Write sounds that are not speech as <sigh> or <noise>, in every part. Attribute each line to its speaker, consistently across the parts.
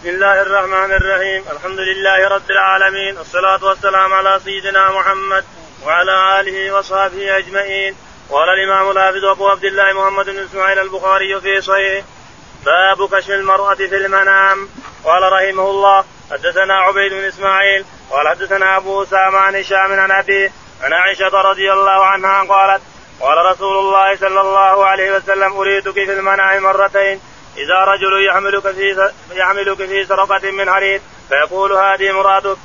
Speaker 1: بسم الله الرحمن الرحيم الحمد لله رب العالمين والصلاة والسلام على سيدنا محمد وعلى آله وصحبه أجمعين قال الإمام الحافظ أبو عبد الله محمد بن إسماعيل البخاري في صحيحه باب كشف المرأة في المنام قال رحمه الله حدثنا عبيد بن إسماعيل قال حدثنا أبو أسامة عن هشام عن أبيه عن عائشة رضي الله عنها قالت قال رسول الله صلى الله عليه وسلم أريدك في المنام مرتين إذا رجل يحملك في يحملك في سرقة من حرير فيقول هذه مرادك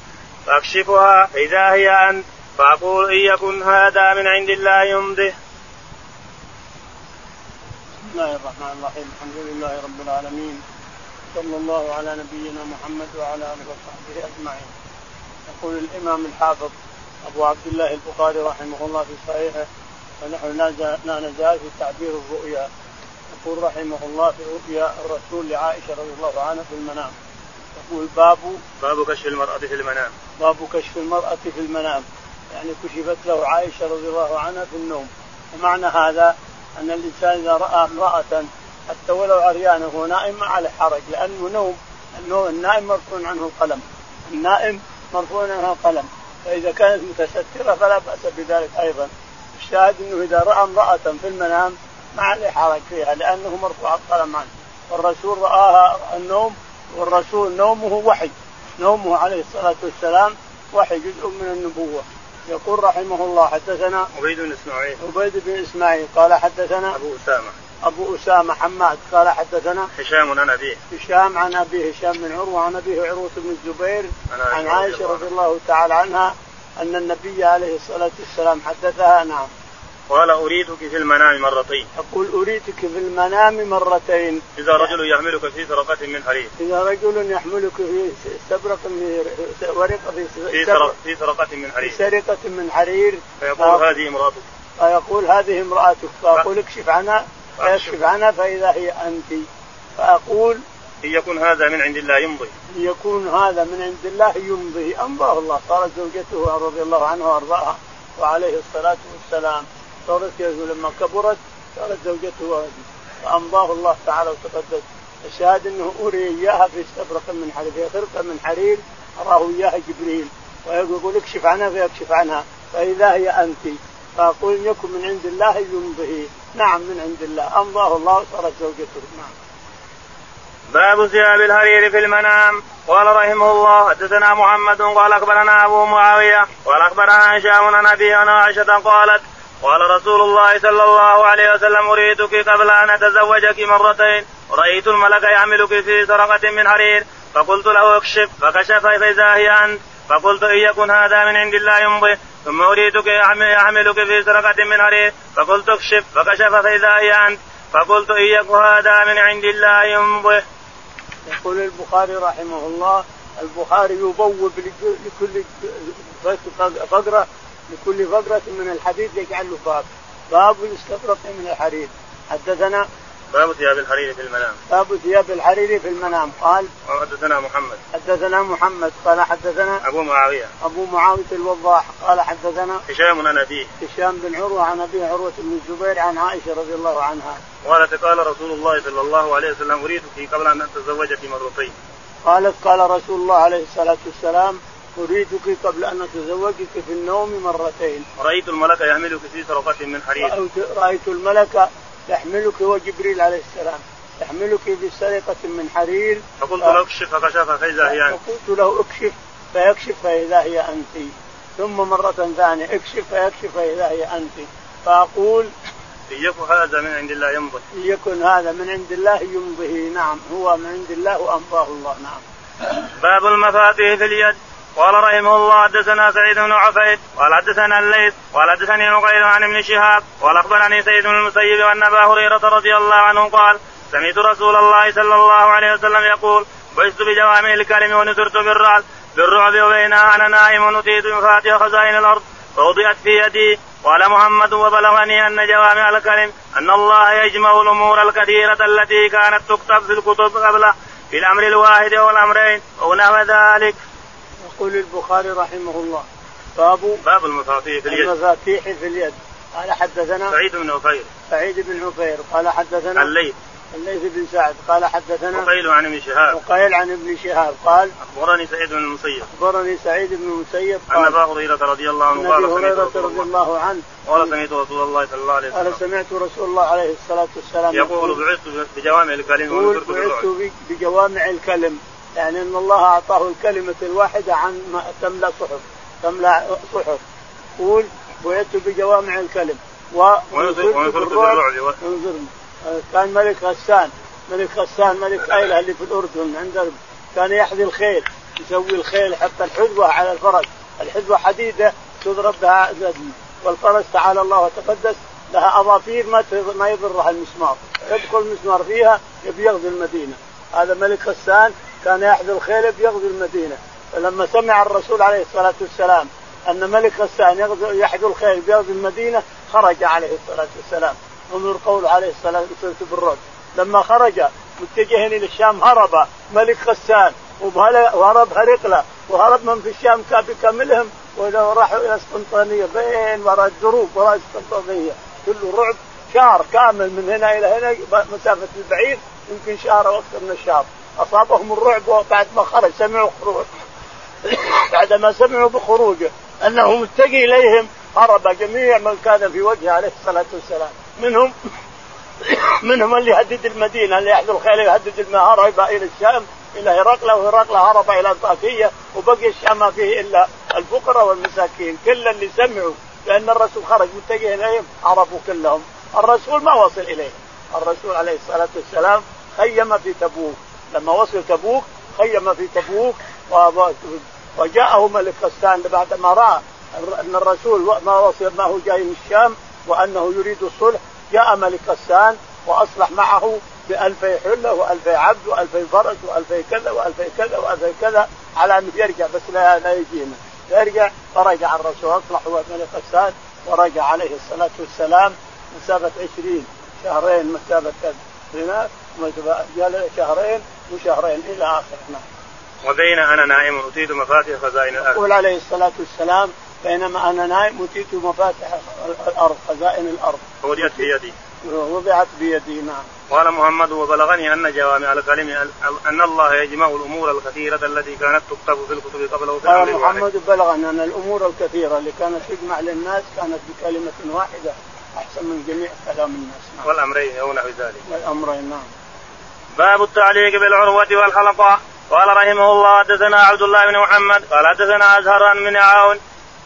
Speaker 1: فأكشفها فإذا هي أنت فأقول إن يكن هذا من عند الله يمضي
Speaker 2: بسم الله الرحمن الرحيم الحمد لله رب العالمين صلى الله على نبينا محمد وعلى اله وصحبه اجمعين يقول الامام الحافظ ابو عبد الله البخاري رحمه الله في صحيحه ونحن لا نزال في تعبير الرؤيا يقول رحمه الله في رؤيا الرسول لعائشه رضي الله عنها في المنام يقول باب
Speaker 1: باب كشف المرأة في المنام
Speaker 2: باب كشف المرأة في المنام يعني كشفت له عائشة رضي الله عنها في النوم ومعنى هذا أن الإنسان إذا رأى امرأة حتى ولو عريان وهو نائم ما عليه حرج لأنه نوم النوم النائم مرفوع عنه القلم النائم مرفوع عنه القلم فإذا كانت متسترة فلا بأس بذلك أيضا الشاهد أنه إذا رأى امرأة في المنام ما عليه حرج فيها لأنه مرفوع القلم عنه والرسول رآها النوم والرسول نومه وحي نومه عليه الصلاة والسلام وحي جزء من النبوة يقول رحمه الله حدثنا
Speaker 1: عبيد بن إسماعيل
Speaker 2: عبيد بن اسماعيل قال حدثنا
Speaker 1: أبو أسامة
Speaker 2: ابو اسامه حماد قال حدثنا
Speaker 1: هشام عن أبيه
Speaker 2: هشام عن ابيه هشام بن عروه عن ابيه عروه بن الزبير
Speaker 1: عن عائشة
Speaker 2: عن
Speaker 1: رضي
Speaker 2: عائشه
Speaker 1: الله
Speaker 2: رضي الله تعالى عنها ان النبي عليه الصلاه والسلام حدثها نعم
Speaker 1: قال أريدك في المنام مرتين
Speaker 2: يقول اريدك في المنام مرتين
Speaker 1: إذا رجل يحملك في سرقة من حرير
Speaker 2: اذا رجل يحملك في استبرق في ورقه في
Speaker 1: في
Speaker 2: استبرق-
Speaker 1: سرق- في سرقة من
Speaker 2: في
Speaker 1: حرير
Speaker 2: سرقه من حرير
Speaker 1: فيقول هذه امرأتك
Speaker 2: فيقول هذه امرأتك فأقول اكشف عنها فيكشف عنها فإذا هي أنت فأقول
Speaker 1: إن يكن هذا من عند الله يمضي
Speaker 2: يكون هذا من عند الله يمضي أمضاه الله صارت زوجته رضي الله عنها وأرضاها وعليه الصلاة والسلام صارت يده لما كبرت صارت زوجته فأمضاه الله تعالى وتقدس الشاهد أنه أري إياها في استبرق من حرير في خرقة من حرير أراه إياها جبريل ويقول اكشف عنها فيكشف عنها فإذا هي أنت فأقول إن يكن من عند الله يمضيه نعم من عند الله أمضاه الله وصارت زوجته نعم
Speaker 1: باب ثياب الحرير في المنام قال رحمه الله حدثنا محمد قال اخبرنا ابو معاويه قال اخبرنا هشام عن ابي عن عائشه قالت قال رسول الله صلى الله عليه وسلم اريدك قبل ان اتزوجك مرتين رايت الملك يعملك في سرقه من حرير فقلت له اكشف فكشف فاذا هي انت فقلت ان يكن هذا من عند الله يمضي ثم اريدك يعمل- يحملك في سرقه من حرير فقلت اكشف فكشف فاذا هي انت فقلت ان يكن هذا من عند الله يمضي
Speaker 2: يقول البخاري رحمه الله البخاري يبوب لك- لكل فقرة لكل فقرة من الحديث يجعل له باب باب الاستبرق من الحرير حدثنا
Speaker 1: باب ثياب الحرير في المنام
Speaker 2: باب ثياب الحرير في المنام قال
Speaker 1: وحدثنا محمد
Speaker 2: حدثنا محمد قال حدثنا
Speaker 1: ابو معاويه
Speaker 2: أبو معاوية الوضاح قال حدثنا
Speaker 1: هشام عن ابيه
Speaker 2: هشام بن عروة عن أبي عروة بن الزبير عن عائشة رضي الله عنها
Speaker 1: قالت قال رسول الله صلى الله عليه وسلم اريدك قبل ان اتزوجك مرتين
Speaker 2: قالت قال رسول الله عليه الصلاة والسلام أريدك قبل أن أتزوجك في النوم مرتين
Speaker 1: رايت الملك يحملك في سرقه من حرير
Speaker 2: رأيت, رأيت الملك يحملك وجبريل عليه السلام يحملك في سرقة من حرير
Speaker 1: فقلت له اكشف فكشف فاذا هي انت
Speaker 2: فقلت له اكشف فيكشف فإذا هي أنت ثم مرة ثانية اكشف فيكشف فإذا هي أنت فأقول
Speaker 1: إن يكن هذا من عند الله يمضي
Speaker 2: إن يكن هذا من عند الله يمضيه نعم هو من عند الله وأمضاه الله نعم
Speaker 1: باب المفاتيح في اليد قال رحمه الله حدثنا سعيد بن عفيد قال حدثنا الليث قال حدثني عقيل عن ابن شهاب قال اخبرني سيد بن المسيب وان ابا هريره رضي الله عنه قال سمعت رسول الله صلى الله عليه وسلم يقول بعثت بجوامع الكلم ونذرت بالرعد بالرعب وبينها انا نائم اتيت مفاتيح خزائن الارض فوضعت في يدي قال محمد وبلغني ان جوامع الكلم ان الله يجمع الامور الكثيره التي كانت تكتب في الكتب قبله في الامر الواحد والامرين او نحو ذلك.
Speaker 2: يقول البخاري رحمه الله باب
Speaker 1: باب المفاتيح في اليد
Speaker 2: المفاتيح في اليد قال حدثنا
Speaker 1: سعيد بن عفير
Speaker 2: سعيد بن عفير قال حدثنا
Speaker 1: الليل
Speaker 2: الليث بن سعد قال حدثنا
Speaker 1: وقيل عن ابن شهاب
Speaker 2: وقيل عن ابن شهاب قال
Speaker 1: اخبرني سعيد بن المسيب
Speaker 2: اخبرني سعيد بن المسيب
Speaker 1: عن
Speaker 2: قال
Speaker 1: ابا هريره رضي الله
Speaker 2: عن
Speaker 1: عنه
Speaker 2: ابي
Speaker 1: قال سمعت
Speaker 2: هريره
Speaker 1: رسول
Speaker 2: رضي
Speaker 1: الله
Speaker 2: الله عنه
Speaker 1: قال سمعت رسول الله صلى الله عليه
Speaker 2: قال
Speaker 1: وسلم
Speaker 2: سمعت رسول الله عليه الصلاه والسلام
Speaker 1: يقول بعثت بجوامع الكلم
Speaker 2: يقول
Speaker 1: ونذرت بالرعب
Speaker 2: بعثت ب- بجوامع الكلم يعني ان الله اعطاه الكلمه الواحده عن ما تملا صحف تملا صحف يقول بعثت بجوامع الكلم و
Speaker 1: ونذرت ونذرت
Speaker 2: بالرعب.
Speaker 1: بالرعب
Speaker 2: انظرني آه، كان ملك غسان ملك غسان ملك ايله اللي في الاردن عند ال- كان يحذي الخيل يسوي الخيل حتى الحذوه على الفرس الحذوه حديده تضرب بها زدم والفرس تعالى الله وتقدس لها اظافير ما ت- ما يضرها المسمار يدخل المسمار فيها يبي يغزو المدينه هذا ملك غسان كان يحذي الخيل يبي يغزو المدينه فلما سمع الرسول عليه الصلاه والسلام ان ملك غسان يغزو يحذو الخيل بيغزو المدينه خرج عليه الصلاه والسلام انظر قول عليه الصلاه والسلام بالرعب لما خرج متجها الى الشام هرب ملك غسان وبهل- وهرب هرقله وهرب من في الشام كا- بكاملهم وراحوا الى اسقنطينيه بين وراء الدروب وراء اسقنطينيه كله رعب شهر كامل من هنا الى هنا ب- مسافه البعيد يمكن شهر او اكثر من الشهر اصابهم الرعب وبعد ما خرج سمعوا خروج <coughs> بعدما سمعوا بخروجه انه متجه اليهم هرب جميع من كان في وجهه عليه الصلاه والسلام منهم <coughs> منهم اللي يهدد المدينه اللي يحذو الخيل يهدد الماء هرب الى الشام الى هرقله وهرقله هرب الى انطاكيه وبقي الشام ما فيه الا الفقراء والمساكين كل اللي سمعوا لان الرسول خرج متجه اليهم عرفوا كلهم الرسول ما وصل اليه الرسول عليه الصلاه والسلام خيم في تبوك لما وصل تبوك خيم في تبوك و- وجاءه ملك غسان بعد ما راى ان الرسول ما وصل ما هو جاي من الشام وانه يريد الصلح جاء ملك غسان واصلح معه بألفي حلة وألفي عبد وألفي فرج وألفي كذا وألفي كذا وألفي كذا على أنه يرجع بس لا, لا يجينا يرجع فرجع الرسول أصلح هو ملك غسان ورجع عليه الصلاة والسلام مسافة عشرين شهرين مسافة كذا هنا مسافة- قال شهرين وشهرين إلى آخر نعم
Speaker 1: وبين انا نائم اتيت مفاتيح خزائن الارض
Speaker 2: يقول عليه الصلاة والسلام بينما أنا نائم أتيت مفاتح الأرض خزائن الأرض
Speaker 1: فوجئت بيدي
Speaker 2: وضعت بيدي نعم
Speaker 1: قال محمد وبلغني ان جوامع الكلم ان الله يجمع الامور الكثيره التي كانت تكتب في الكتب قبله في
Speaker 2: قال
Speaker 1: الامر الواحد
Speaker 2: محمد بلغنا أن الأمور الكثيرة اللي كانت تجمع للناس كانت بكلمة واحدة أحسن من جميع كلام الناس نعم
Speaker 1: والامرين او نحو ذلك
Speaker 2: والأمرين نعم
Speaker 1: باب التعليق بالعروة والحلقة قال رحمه الله حدثنا عبد الله بن محمد قال حدثنا أزهر بن عون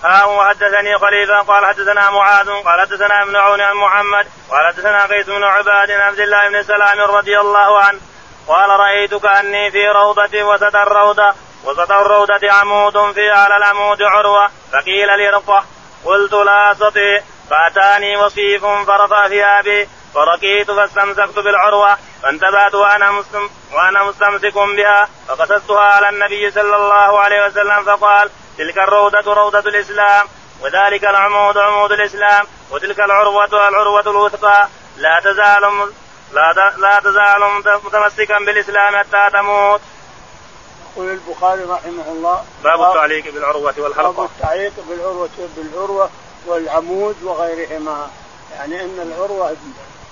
Speaker 1: ها وحدثني خليفة قال حدثنا معاذ قال حدثنا ابن عون عن محمد قال حدثنا قيس بن عباد عن عبد الله بن سلام رضي الله عنه قال رأيت كأني في روضة وسط الروضة وسط الروضة عمود في على العمود عروة فقيل لي رقه قلت لا أستطيع فأتاني وصيف فرفع ثيابي فركيت فاستمسكت بالعروة فانتبهت وأنا مستم وأنا مستمسك بها فقصدتها على النبي صلى الله عليه وسلم فقال تلك الروضة روضة الإسلام وذلك العمود عمود الإسلام وتلك العروة العروة الوثقى لا تزال م- لا ت- لا تزال مت- متمسكا بالإسلام حتى تموت
Speaker 2: يقول البخاري رحمه الله
Speaker 1: باب التعليق بالعروة
Speaker 2: آه. باب
Speaker 1: والحلقة
Speaker 2: التعليق بالعروة بالعروة والعمود وغيرهما يعني أن العروة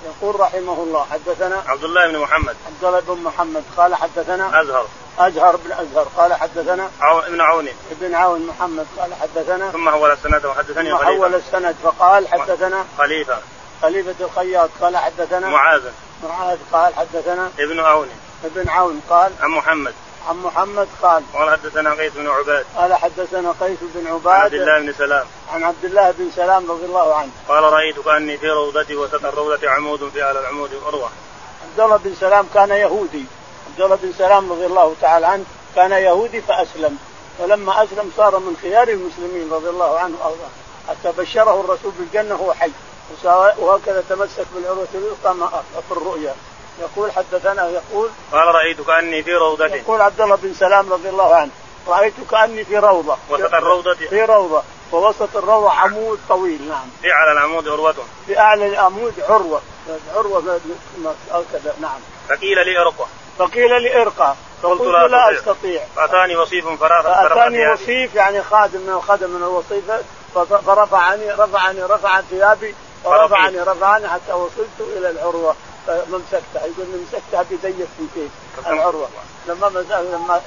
Speaker 2: يقول رحمه الله حدثنا
Speaker 1: عبد الله بن محمد
Speaker 2: عبد الله بن محمد قال حدثنا
Speaker 1: أزهر
Speaker 2: ازهر بن ازهر قال حدثنا
Speaker 1: عون ابن عون
Speaker 2: ابن عون محمد قال حدثنا
Speaker 1: ثم حول السند وحدثني
Speaker 2: ثم حول
Speaker 1: خليفة
Speaker 2: السند فقال حدثنا
Speaker 1: خليفة
Speaker 2: خليفة الخياط قال حدثنا
Speaker 1: معاذ
Speaker 2: معاذ قال حدثنا
Speaker 1: ابن عون
Speaker 2: ابن عون قال
Speaker 1: عن محمد
Speaker 2: عن محمد قال
Speaker 1: قال حدثنا قيس بن عباد
Speaker 2: قال حدثنا قيس بن
Speaker 1: عن عبد الله
Speaker 2: عباد
Speaker 1: بن سلام
Speaker 2: عن عبد الله بن سلام رضي الله عنه
Speaker 1: قال رايت كاني في روضتي وسط الروضه عمود في على العمود عروه
Speaker 2: عبد الله بن سلام كان يهودي عبد الله بن سلام رضي الله تعالى عنه كان يهودي فاسلم ولما اسلم صار من خيار المسلمين رضي الله عنه وارضاه حتى بشره الرسول بالجنه وهو حي وسا- وهكذا تمسك بالعروه الوثقى ما أخ- في الرؤيا يقول حدثنا يقول
Speaker 1: قال رايت كاني في روضتي
Speaker 2: يقول عبد الله بن سلام رضي الله عنه رايت كاني في روضه
Speaker 1: وسط الروضه
Speaker 2: في روضه ووسط الروضه عمود طويل نعم
Speaker 1: في على العمود عروه
Speaker 2: في اعلى العمود عروه عروه هكذا نعم
Speaker 1: فقيل لي ارقه
Speaker 2: فقيل لي ارقى فقلت لا, لا استطيع
Speaker 1: فاتاني وصيف فراغ
Speaker 2: فاتاني
Speaker 1: فراغ ثيابي.
Speaker 2: وصيف يعني خادم من الخدم من الوصيفه فط- فرفعني رفعني رفع ثيابي ورفعني رفعني حتى وصلت الى العروه فمسكتها يقول مسكتها بيدي في كيف العروه لما مز- لما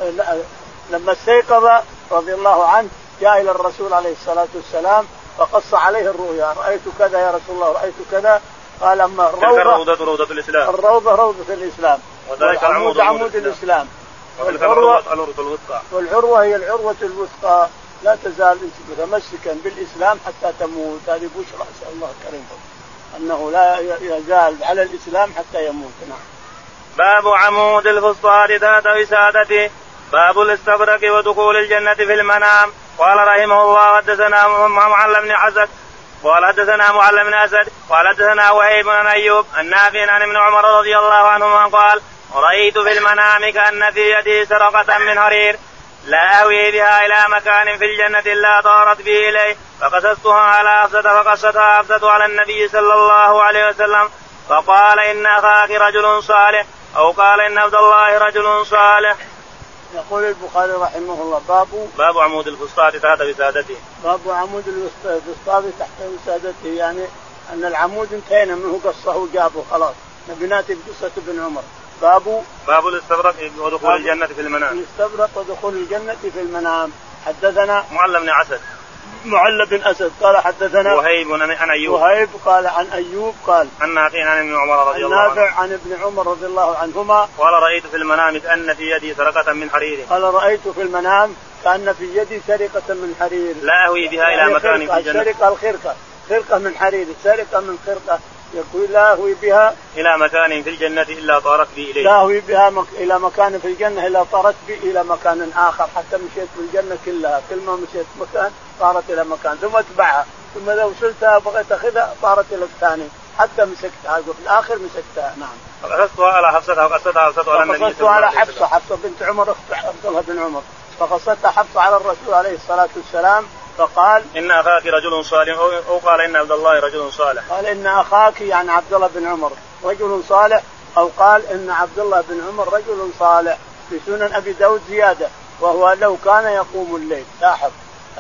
Speaker 2: لما استيقظ رضي الله عنه جاء الى الرسول عليه الصلاه والسلام فقص عليه الرؤيا رايت كذا يا رسول الله رايت كذا قال اما
Speaker 1: تلك
Speaker 2: الروضه
Speaker 1: الروضة روضة الإسلام
Speaker 2: الروضه روضه الاسلام
Speaker 1: وذلك العمود
Speaker 2: والعمود عمود الاسلام
Speaker 1: وتلك
Speaker 2: والعروة-
Speaker 1: الروضة الروضة الوثقى
Speaker 2: والعروة هي العروة الوثقى لا تزال انت متمسكا بالإسلام حتى تموت هذه بشرى أسأل الله كريمكم أنه لا ي- يزال على الإسلام حتى يموت نعم
Speaker 1: باب عمود الفسطاط ذات وسادته باب الاستبرق ودخول الجنة في المنام قال رحمه الله حدثنا مع- معل بن حسد قال حدثنا معل بن اسد قال حدثنا وهيب بن ايوب النافع عن ابن عمر رضي الله عنهما قال رايت في المنام كان في يدي سرقه من حرير لا أوي بها إلى مكان في الجنة لا طارت به إليه فقصصتها على حفصة فقصتها حفصة على النبي صلى الله عليه وسلم فقال إن أخاك رجل صالح أو قال إن عبد الله رجل صالح
Speaker 2: يقول البخاري رحمه الله باب
Speaker 1: باب عمود الفسطاط تحت وسادته
Speaker 2: باب عمود الوسط- الوسطاوي تحت وسادته يعني أن العمود انتهينا منه قصه وجابه خلاص نبي ناتي بقصة ابن عمر باب
Speaker 1: باب الاستبرق ودخول الجنة في المنام
Speaker 2: الاستبرق ودخول الجنة في المنام حدثنا
Speaker 1: معلم بن عسد
Speaker 2: معل بن أسد قال حدثنا
Speaker 1: وهيب عن أيوب
Speaker 2: وهيب قال عن أيوب قال
Speaker 1: عن نافع عن ابن عمر رضي الله عنه
Speaker 2: النافع عن ابن عمر رضي الله عنهما
Speaker 1: قال رأيت في المنام كأن في يدي سرقة من حرير
Speaker 2: قال رأيت في المنام كأن في يدي سرقة من حرير
Speaker 1: لا أهوي بها إلى
Speaker 2: يعني
Speaker 1: مكان
Speaker 2: خرقة،
Speaker 1: في الجنة
Speaker 2: السرقة الخرقة خرقة من حرير سرقة من خرقة يقول لا أهوي بها
Speaker 1: إلى مكان في الجنة إلا طارت بي إليه
Speaker 2: لا أهوي بها مك... إلى مكان في الجنة إلا طارت بي إلى مكان آخر حتى مشيت في الجنة كلها كل ما مشيت مكان طارت إلى مكان ثم أتبعها ثم لو وصلتها بغيت أخذها طارت إلى الثاني حتى مسكتها يقول في الآخر مسكتها نعم
Speaker 1: فقصصتها على حفصة وقصتها حفصة على النبي
Speaker 2: فقصته
Speaker 1: صلى الله
Speaker 2: على
Speaker 1: عليه وسلم
Speaker 2: حفصه حفصه بنت عمر اخت عبد الله بن عمر فقصتها حفصه على الرسول عليه الصلاه والسلام فقال
Speaker 1: إن أخاك رجل صالح أو- أو قال إن عبد الله رجل صالح
Speaker 2: قال ان اخاك يعني عبد الله بن عمر رجل صالح او قال ان عبد الله بن عمر رجل صالح في سنن ابي داود زياده وهو لو كان يقوم الليل لاحظ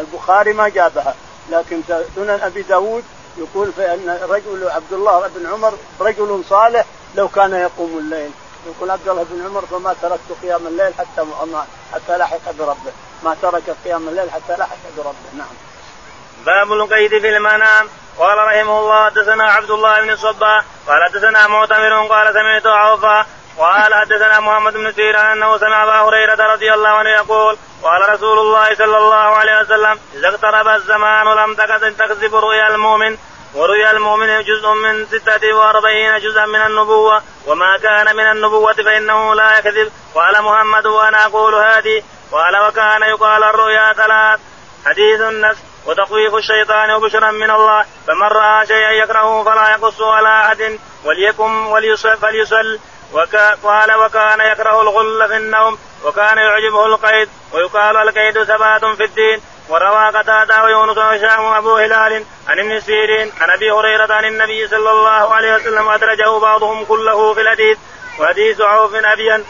Speaker 2: البخاري ما جابها لكن سنن ابي داود يقول فان رجل عبد الله بن عمر رجل صالح لو كان يقوم الليل يقول عبد الله بن عمر فما تركت قيام الليل حتى ما حتى لحق بربه ما ترك قيام الليل حتى لحق بربه نعم
Speaker 1: باب القيد في المنام قال رحمه الله حدثنا عبد الله بن الصباح قال حدثنا معتمر قال سمعت عوفا قال حدثنا محمد بن سيرين انه سمع ابا هريره رضي الله عنه يقول قال رسول الله صلى الله عليه وسلم اذا اقترب الزمان لم تكد تكذب رؤيا المؤمن ورؤيا المؤمن جزء من ستة وأربعين جزءا من النبوة وما كان من النبوة فإنه لا يكذب قال محمد وأنا أقول هذه قال وكان يقال الرؤيا ثلاث حديث النفس وتخويف الشيطان وبشرا من الله فمن راى شيئا يكرهه فلا يقص على احد وليكن وليصل فليصل وكا قال وكان يكره الغل في النوم وكان يعجبه القيد ويقال القيد ثبات في الدين وروى قتادة ويونس وهشام وابو هلال عن ابن سيرين عن ابي هريره عن النبي صلى الله عليه وسلم ادرجه بعضهم كله في الحديث وحديث عوف ابين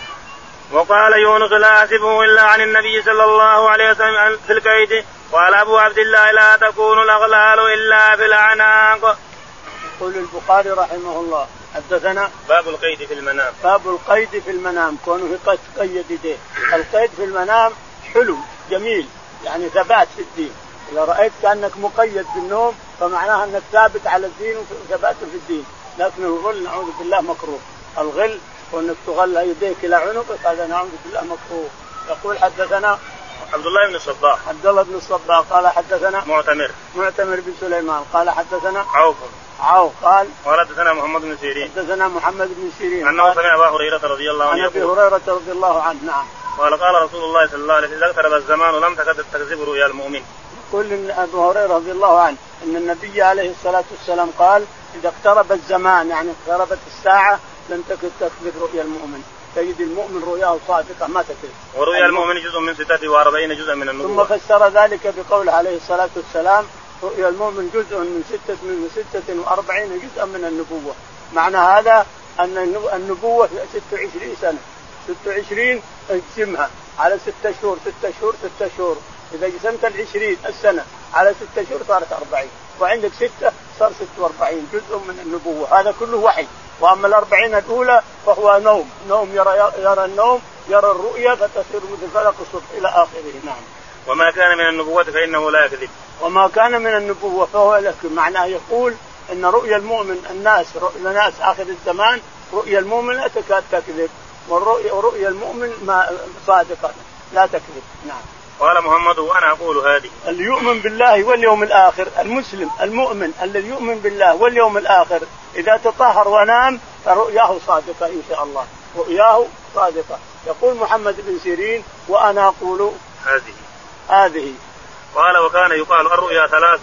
Speaker 1: وقال يونس لا أسبه إلا عن النبي صلى الله عليه وسلم عن- في الكيد قال أبو عبد الله لا تكون الأغلال إلا في الأعناق
Speaker 2: يقول البخاري رحمه الله حدثنا
Speaker 1: باب القيد في المنام
Speaker 2: باب القيد في المنام كونه قد قيد يديه القيد في المنام حلو جميل يعني ثبات في الدين اذا رايت كانك مقيد في النوم فمعناها انك ثابت على الدين وثبات في الدين لكن الغل نعوذ بالله مكروه الغل وانك تغلى يديك الى عنقك هذا نعوذ بالله مكروه يقول حدثنا
Speaker 1: عبد الله بن الصباح
Speaker 2: عبد الله بن الصباح قال حدثنا
Speaker 1: معتمر
Speaker 2: معتمر بن سليمان قال حدثنا
Speaker 1: عوف
Speaker 2: عوف قال
Speaker 1: قال حدثنا محمد بن سيرين
Speaker 2: حدثنا محمد بن سيرين
Speaker 1: أنه
Speaker 2: قال-
Speaker 1: سمع أبا هريرة رضي الله عنه
Speaker 2: عن ابي
Speaker 1: يقول
Speaker 2: هريره رضي الله عنه نعم
Speaker 1: قال قال رسول الله صلى الله عليه وسلم إذا اقترب الزمان لم تكد تكذب رؤيا المؤمن
Speaker 2: يقول ان ابي هريره رضي الله عنه ان النبي عليه الصلاه والسلام قال اذا اقترب الزمان يعني اقتربت الساعه لم تكن تكذب رؤيا المؤمن تجد المؤمن رؤياه صادقه ما تكذب
Speaker 1: ورؤيا المؤمن جزء من ستة وأربعين جزءا من
Speaker 2: ثم
Speaker 1: النبوة
Speaker 2: فسر ذلك بقول عليه الصلاة والسلام رؤيا المؤمن جزء من ستة من ستة وأربعين جزءا من النبوة معنى هذا أن النب- النبوة 26 سنة 26 اقسمها على ستة شهور ستة شهور ستة شهور إذا قسمت العشرين السنة على ستة شهور صارت أربعين وعندك ستة صار 46 جزء من النبوة هذا كله وحي واما الاربعين الاولى فهو نوم نوم يرى يرى النوم يرى الرؤيا فتصير مثل فلق الصبح الى اخره نعم
Speaker 1: وما كان من النبوة فإنه لا يكذب
Speaker 2: وما كان من النبوة فهو لكن معناه يقول أن رؤيا المؤمن الناس رؤيا الناس آخر الزمان رؤيا المؤمن لا تكاد تكذب والرؤيا رؤيا المؤمن ما صادقة لا تكذب نعم
Speaker 1: قال محمد وأنا أقول هذه
Speaker 2: اللي يؤمن بالله واليوم الآخر المسلم المؤمن الذي يؤمن بالله واليوم الآخر إذا تطهر ونام فرؤياه صادقة إن شاء الله رؤياه صادقة يقول محمد بن سيرين وأنا أقول
Speaker 1: هذه
Speaker 2: هذه
Speaker 1: قال وكان يقال الرؤيا ثلاث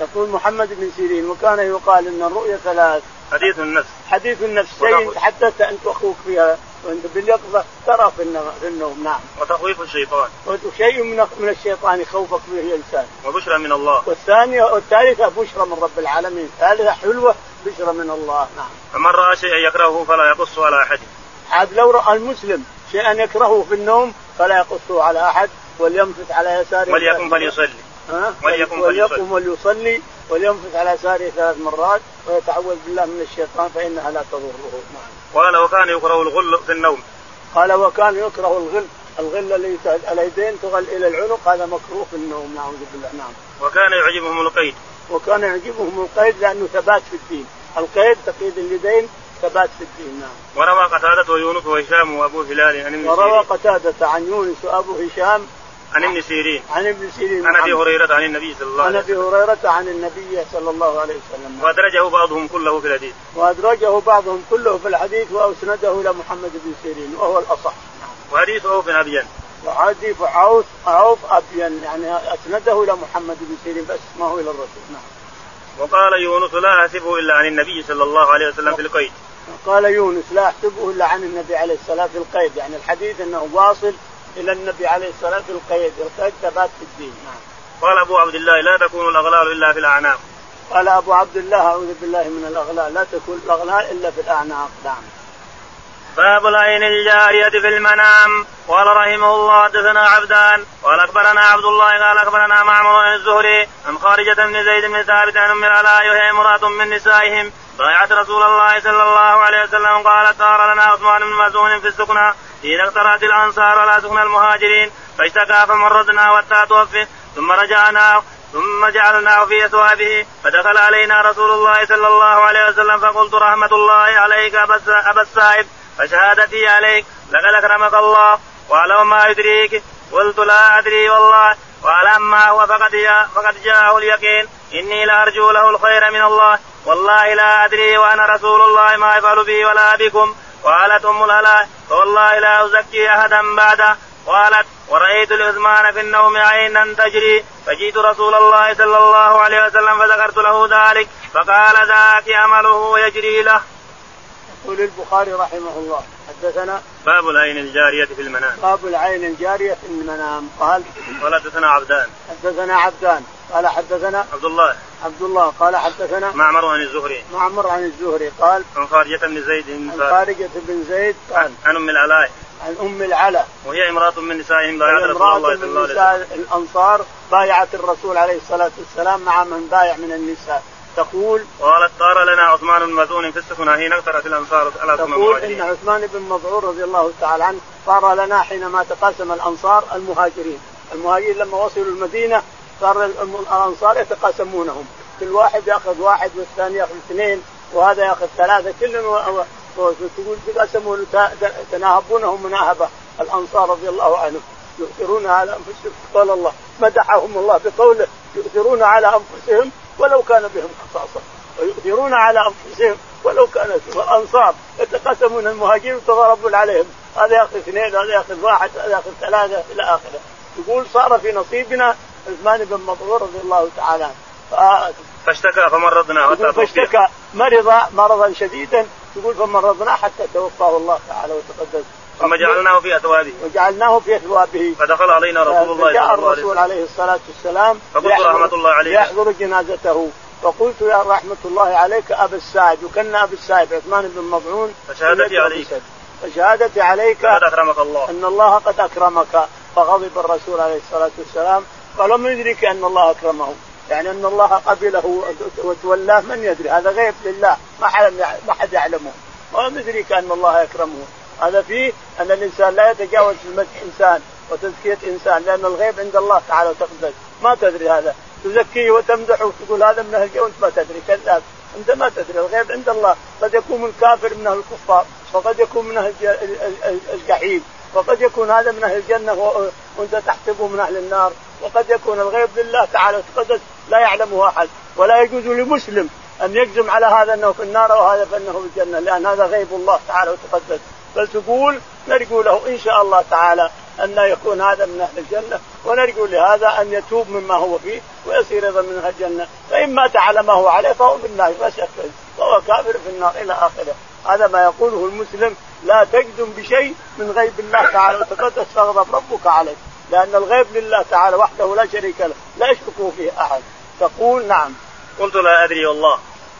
Speaker 2: يقول محمد بن سيرين وكان يقال ان الرؤيا ثلاث
Speaker 1: حديث النفس
Speaker 2: حديث النفس شيء
Speaker 1: وتأخذ.
Speaker 2: حدثت انت واخوك فيها وانت باليقظه ترى في النوم, في النوم نعم
Speaker 1: وتخويف الشيطان
Speaker 2: وشيء من من الشيطان يخوفك به الانسان
Speaker 1: وبشرى من الله
Speaker 2: والثانيه والثالثه بشرى من رب العالمين الثالثه حلوه بشرى من الله نعم
Speaker 1: فمن رأى شيئا يكرهه فلا يقص على أحد
Speaker 2: عاد لو راى المسلم شيئا يكرهه في النوم فلا يقصه على احد وليمسك على يساره
Speaker 1: وليكن فليصلي
Speaker 2: ها؟
Speaker 1: وليقم
Speaker 2: وليقم وليصلي ولينفث على يساره ثلاث مرات ويتعوذ بالله من الشيطان فانها لا تضره نعم.
Speaker 1: قال وكان يكره الغل في النوم
Speaker 2: قال وكان يكره الغل الغل الذي ت- اليدين تغل الى العنق هذا مكروه في النوم نعوذ بالله نعم
Speaker 1: وكان يعجبهم القيد
Speaker 2: وكان يعجبهم القيد لانه ثبات في الدين القيد تقييد اليدين ثبات في الدين نعم
Speaker 1: وروى قتادة ويونس وهشام وأبو هلال عن ابن
Speaker 2: وروى
Speaker 1: سيرين
Speaker 2: قتادة عن يونس وابو هشام
Speaker 1: عن ابن سيرين
Speaker 2: عن ابن سيرين
Speaker 1: عن أبي
Speaker 2: عن-
Speaker 1: هريرة عن النبي صلى الله
Speaker 2: عن
Speaker 1: عليه
Speaker 2: ابي
Speaker 1: وسلم
Speaker 2: هريره عن النبي صلى الله عليه وسلم نعم.
Speaker 1: وأدرجه بعضهم كله في الحديث
Speaker 2: وادرجه بعضهم كله في الحديث واسنده الى محمد بن سيرين وهو نعم. الاصح
Speaker 1: وحديث عوف أبين
Speaker 2: وحديث عوف عوف ابين يعني اسنده الى محمد بن سيرين بس ما هو الى الرسول نعم
Speaker 1: وقال يونس لا أحسبه إلا عن النبي صلى الله عليه وسلم في القيد
Speaker 2: قال يونس لا احسبه الا عن النبي عليه الصلاه في القيد يعني الحديث انه واصل الى النبي عليه الصلاه في القيد القيد ثبات في الدين نعم
Speaker 1: قال أبو عبد الله لا تكون الأغلال إلا في الأعناق
Speaker 2: قال ابو عبد الله اعوذ بالله من الاغلال لا تكون الاغلال الا في الاعناق نعم
Speaker 1: باب العين الجارية في المنام قال رحمه الله حدثنا عبدان قال أخبرنا عبد الله قال أخبرنا معمر عن الزهري عن خارجة بن زيد بن ثابت عن أم العلاء وهي امرأة من نسائهم بايعت رسول الله صلى الله عليه وسلم قالت صار لنا عثمان بن مسعود في السكنى حين اقترأت الأنصار على سكنى المهاجرين فاشتكى فمرضناه حتى توفي ثم رجعناه ثم جعلناه في اثوابه فدخل علينا رسول الله صلى الله عليه وسلم فقلت رحمه الله عليك ابا الس- أبا السائب فشهادتي عليك لقد اكرمك الله قال وما يدريك قلت لا ادري والله قال اما هو فقد جاء فقد جاءه اليقين اني لارجو له الخير من الله والله لا ادري وانا رسول الله ما يفعل بي ولا بكم قالت ام الهلاء فوالله لا ازكي احدا بعده قالت ورأيت العثمان في النوم عينا تجري فجئت رسول الله صلى الله عليه وسلم فذكرت له ذلك فقال ذاك عمله يجري له
Speaker 2: يقول البخاري رحمه الله حدثنا
Speaker 1: باب العين الجارية في المنام
Speaker 2: باب العين الجاريه في المنام قال
Speaker 1: قال حدثنا عبدان
Speaker 2: حدثنا عبدان قال حدثنا
Speaker 1: عبد الله
Speaker 2: عبد الله قال حدثنا
Speaker 1: معمر عن الزهري
Speaker 2: معمر عن الزهري قال
Speaker 1: عن خارجة بن زيد بن
Speaker 2: عن
Speaker 1: ثابت
Speaker 2: خارجة بن زيد قال
Speaker 1: عن ام العلاء
Speaker 2: عن أم العلا
Speaker 1: وهي امرأة من نسائهم بايعت رسول
Speaker 2: امرأة
Speaker 1: الله صلى
Speaker 2: من
Speaker 1: الله عليه وسلم
Speaker 2: نساء الأنصار بايعت الرسول عليه الصلاة والسلام مع من بايع من النساء تقول
Speaker 1: قالت طار لنا عثمان بن مزون في السكنى حين اقترت الانصار على سنن
Speaker 2: تقول إن
Speaker 1: المهاجرين
Speaker 2: عثمان بن مظعور رضي الله تعالى عنه صار لنا حينما تقاسم الأنصار المهاجرين المهاجرين لما وصلوا المدينة صار الأم- الأنصار يتقاسمونهم كل واحد يأخذ واحد والثاني يأخذ اثنين وهذا يأخذ ثلاثة كل تقول تقاسمون تناهبونهم مناهبة الأنصار رضي الله عنهم يؤثرون على أنفسهم قال الله مدحهم الله بقوله يؤثرون على أنفسهم ولو كان بهم خصاصة ويؤثرون على انفسهم ولو كانت انصار يتقاسمون المهاجرين ويتضاربون عليهم هذا ياخذ اثنين هذا ياخذ واحد هذا ياخذ ثلاثه الى اخره يقول صار في نصيبنا عثمان بن مظهور رضي الله تعالى عنه. ف-
Speaker 1: فاشتكى فمرضناه حتى
Speaker 2: يقول
Speaker 1: توفي
Speaker 2: فاشتكى مرض مرضا شديدا يقول فمرضناه حتى توفاه الله تعالى وتقدس
Speaker 1: ثم جعلناه في اثوابه
Speaker 2: وجعلناه في اثوابه
Speaker 1: فدخل علينا رسول الله
Speaker 2: فجاء
Speaker 1: صلى الله عليه
Speaker 2: الرسول
Speaker 1: وسلم
Speaker 2: عليه الصلاة والسلام
Speaker 1: فقلت
Speaker 2: يحضر-
Speaker 1: رحمة الله عليك.
Speaker 2: يحضر جنازته فقلت يا رحمة الله عليك أبا السائب وكان أبي السائب عثمان بن مظعون
Speaker 1: فشهادتي
Speaker 2: سميته أبو
Speaker 1: عليك.
Speaker 2: السائب. فشهادتي عليك
Speaker 1: لقد اكرمك الله
Speaker 2: أن الله قد أكرمك فغضب الرسول عليه الصلاة والسلام قال ومن يدرك أن الله أكرمه يعني ان الله قبله وتولاه من يدري هذا غيب لله ما حد ما حد يعلمه ولا يدرك ان الله يكرمه هذا فيه ان الانسان لا يتجاوز في مدح انسان وتزكيه انسان لان الغيب عند الله تعالى وتقدس ما تدري هذا تزكيه وتمدحه وتقول هذا من اهل وانت ما تدري كذاب انت ما تدري الغيب عند الله قد يكون الكافر من اهل الكفار وقد يكون من اهل الجحيم وقد يكون هذا من اهل الجنه وانت تحسبه من اهل النار وقد يكون الغيب لله تعالى وتقدس لا يعلمه احد ولا يجوز لمسلم ان يجزم على هذا انه في النار وهذا فانه في الجنه لان هذا غيب الله تعالى وتقدس بل تقول نرجو له ان شاء الله تعالى ان يكون هذا من اهل الجنه ونرجو لهذا ان يتوب مما هو فيه ويصير ايضا من اهل الجنه فان مات على ما هو عليه فهو في النار لا شك فهو كافر في النار الى اخره هذا ما يقوله المسلم لا تجزم بشيء من غيب الله تعالى وتقدس فغضب ربك عليك لان الغيب لله تعالى وحده لا شريك له لا يشركه فيه احد تقول نعم
Speaker 1: قلت لا ادري والله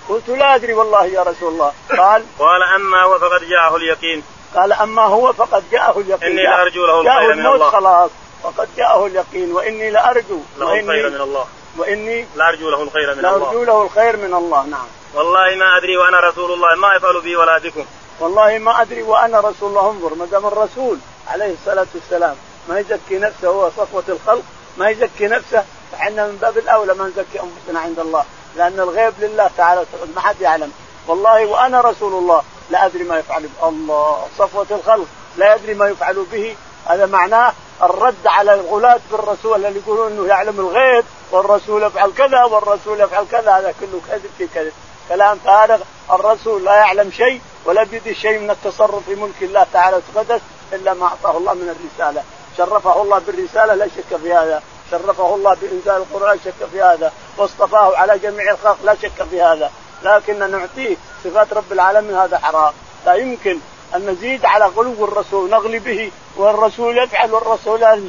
Speaker 2: قلت لا ادري والله يا رسول الله قال
Speaker 1: قال اما وفقد جاءه اليقين
Speaker 2: قال اما هو فقد جاءه اليقين
Speaker 1: إني لأرجو له
Speaker 2: جاءه
Speaker 1: الخير من
Speaker 2: الموت
Speaker 1: الله.
Speaker 2: خلاص وقد جاءه اليقين واني لارجو
Speaker 1: له الخير من
Speaker 2: واني
Speaker 1: الله
Speaker 2: واني
Speaker 1: لا ارجو له الخير من
Speaker 2: لارجو
Speaker 1: الله
Speaker 2: له الخير من الله نعم
Speaker 1: والله ما ادري وانا رسول الله ما يفعل بي ولا بكم
Speaker 2: والله ما ادري وانا رسول الله انظر ما دام الرسول عليه الصلاه والسلام ما يزكي نفسه هو صفوه الخلق ما يزكي نفسه فاحنا من باب الاولى ما نزكي انفسنا عند الله لان الغيب لله تعالى ما حد يعلم والله وانا رسول الله لا ادري ما يفعل به الله صفوه الخلق لا يدري ما يفعل به هذا معناه الرد على الغلاة بالرسول اللي يقولون انه يعلم الغيب والرسول يفعل كذا والرسول يفعل كذا هذا كله كذب في كذب كلام فارغ الرسول لا يعلم شيء ولا بيده شيء من التصرف في ملك الله تعالى وتقدس الا ما اعطاه الله من الرساله شرفه الله بالرساله لا شك في هذا شرفه الله بانزال القران لا شك في هذا واصطفاه على جميع الخلق لا شك في هذا لكن نعطيه صفات رب العالمين هذا حرام لا يمكن ان نزيد على غلو الرسول نغلي به والرسول يفعل والرسول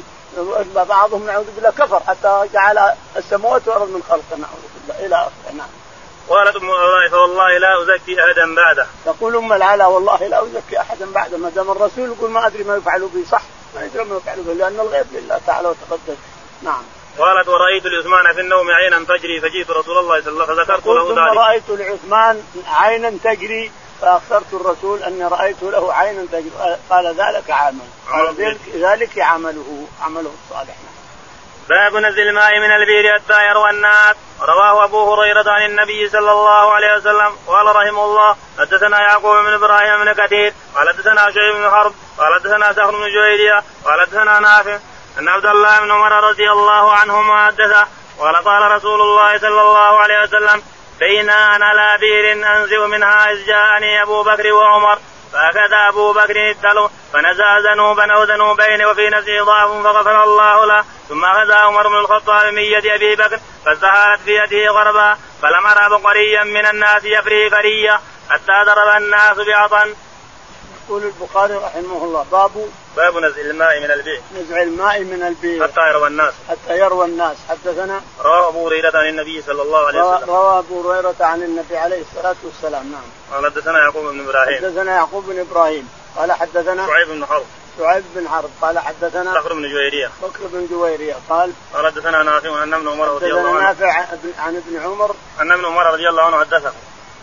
Speaker 2: بعضهم نعوذ بالله كفر حتى جعل السماوات والارض من خلقه نعوذ بالله الى اخره نعم
Speaker 1: قالت ام علاء فوالله لا ازكي احدا بعده
Speaker 2: تقول ام العلا والله لا ازكي احدا بعد ما دام الرسول يقول ما ادري ما يفعل به صح ما ادري ما يفعل به لان الغيب لله تعالى وتقدس نعم
Speaker 1: قالت ورايت اليثمان في النوم عينا تجري فجئت رسول الله صلى الله عليه وسلم فذكرت
Speaker 2: تقول ثم
Speaker 1: له ذلك
Speaker 2: رايت لعثمان عينا تجري فاخبرت الرسول اني رايت له عينا تجري قال ذلك عمل قال
Speaker 1: عمل
Speaker 2: ذلك- ذلك عمله عمله الصالح نعم.
Speaker 1: باب نزل الماء من البير حتى يروى الناس رواه ابو هريره عن النبي صلى الله عليه وسلم قال رحمه الله حدثنا يعقوب بن ابراهيم بن كثير قال حدثنا شعيب بن حرب قال حدثنا زهر بن جويريه قال حدثنا نافع ان عبد الله بن عمر رضي الله عنهما حدثه قال قال رسول الله صلى الله عليه وسلم بين انا على بير انزل منها اذ جاءني ابو بكر وعمر فأخذ أبو بكر التلو فنزع ذنوبا أو ذنوبين وفي نفسه ضعف فغفر الله له ثم أخذ عمر بن الخطاب من يد أبي بكر فازدهرت في يده غربا فلم أرى بقريا من الناس يفري فرية حتى ضرب الناس بعطا
Speaker 2: يقول البخاري رحمه الله باب
Speaker 1: باب نزل الماء من البئر
Speaker 2: نزع الماء من البير
Speaker 1: حتى يروى الناس
Speaker 2: حتى يروى الناس حدثنا
Speaker 1: رواه أبو هريرة عن النبي صلى الله عليه
Speaker 2: روى
Speaker 1: وسلم
Speaker 2: روى ابو هريره عن النبي عليه الصلاه والسلام نعم
Speaker 1: قال حدثنا يعقوب بن إبراهيم
Speaker 2: حدثنا يعقوب بن ابراهيم قال حدثنا
Speaker 1: شعيب بن حرب
Speaker 2: شعيب بن حرب قال حدثنا
Speaker 1: صخر بن جويرية
Speaker 2: بكر بن جويرية قال
Speaker 1: قال حدثنا نافع أن ابن عمر رضي
Speaker 2: حدثنا
Speaker 1: الله عنه
Speaker 2: نافع عن ابن- عن ابن عمر
Speaker 1: أن ابن عمر رضي الله عنه حدثه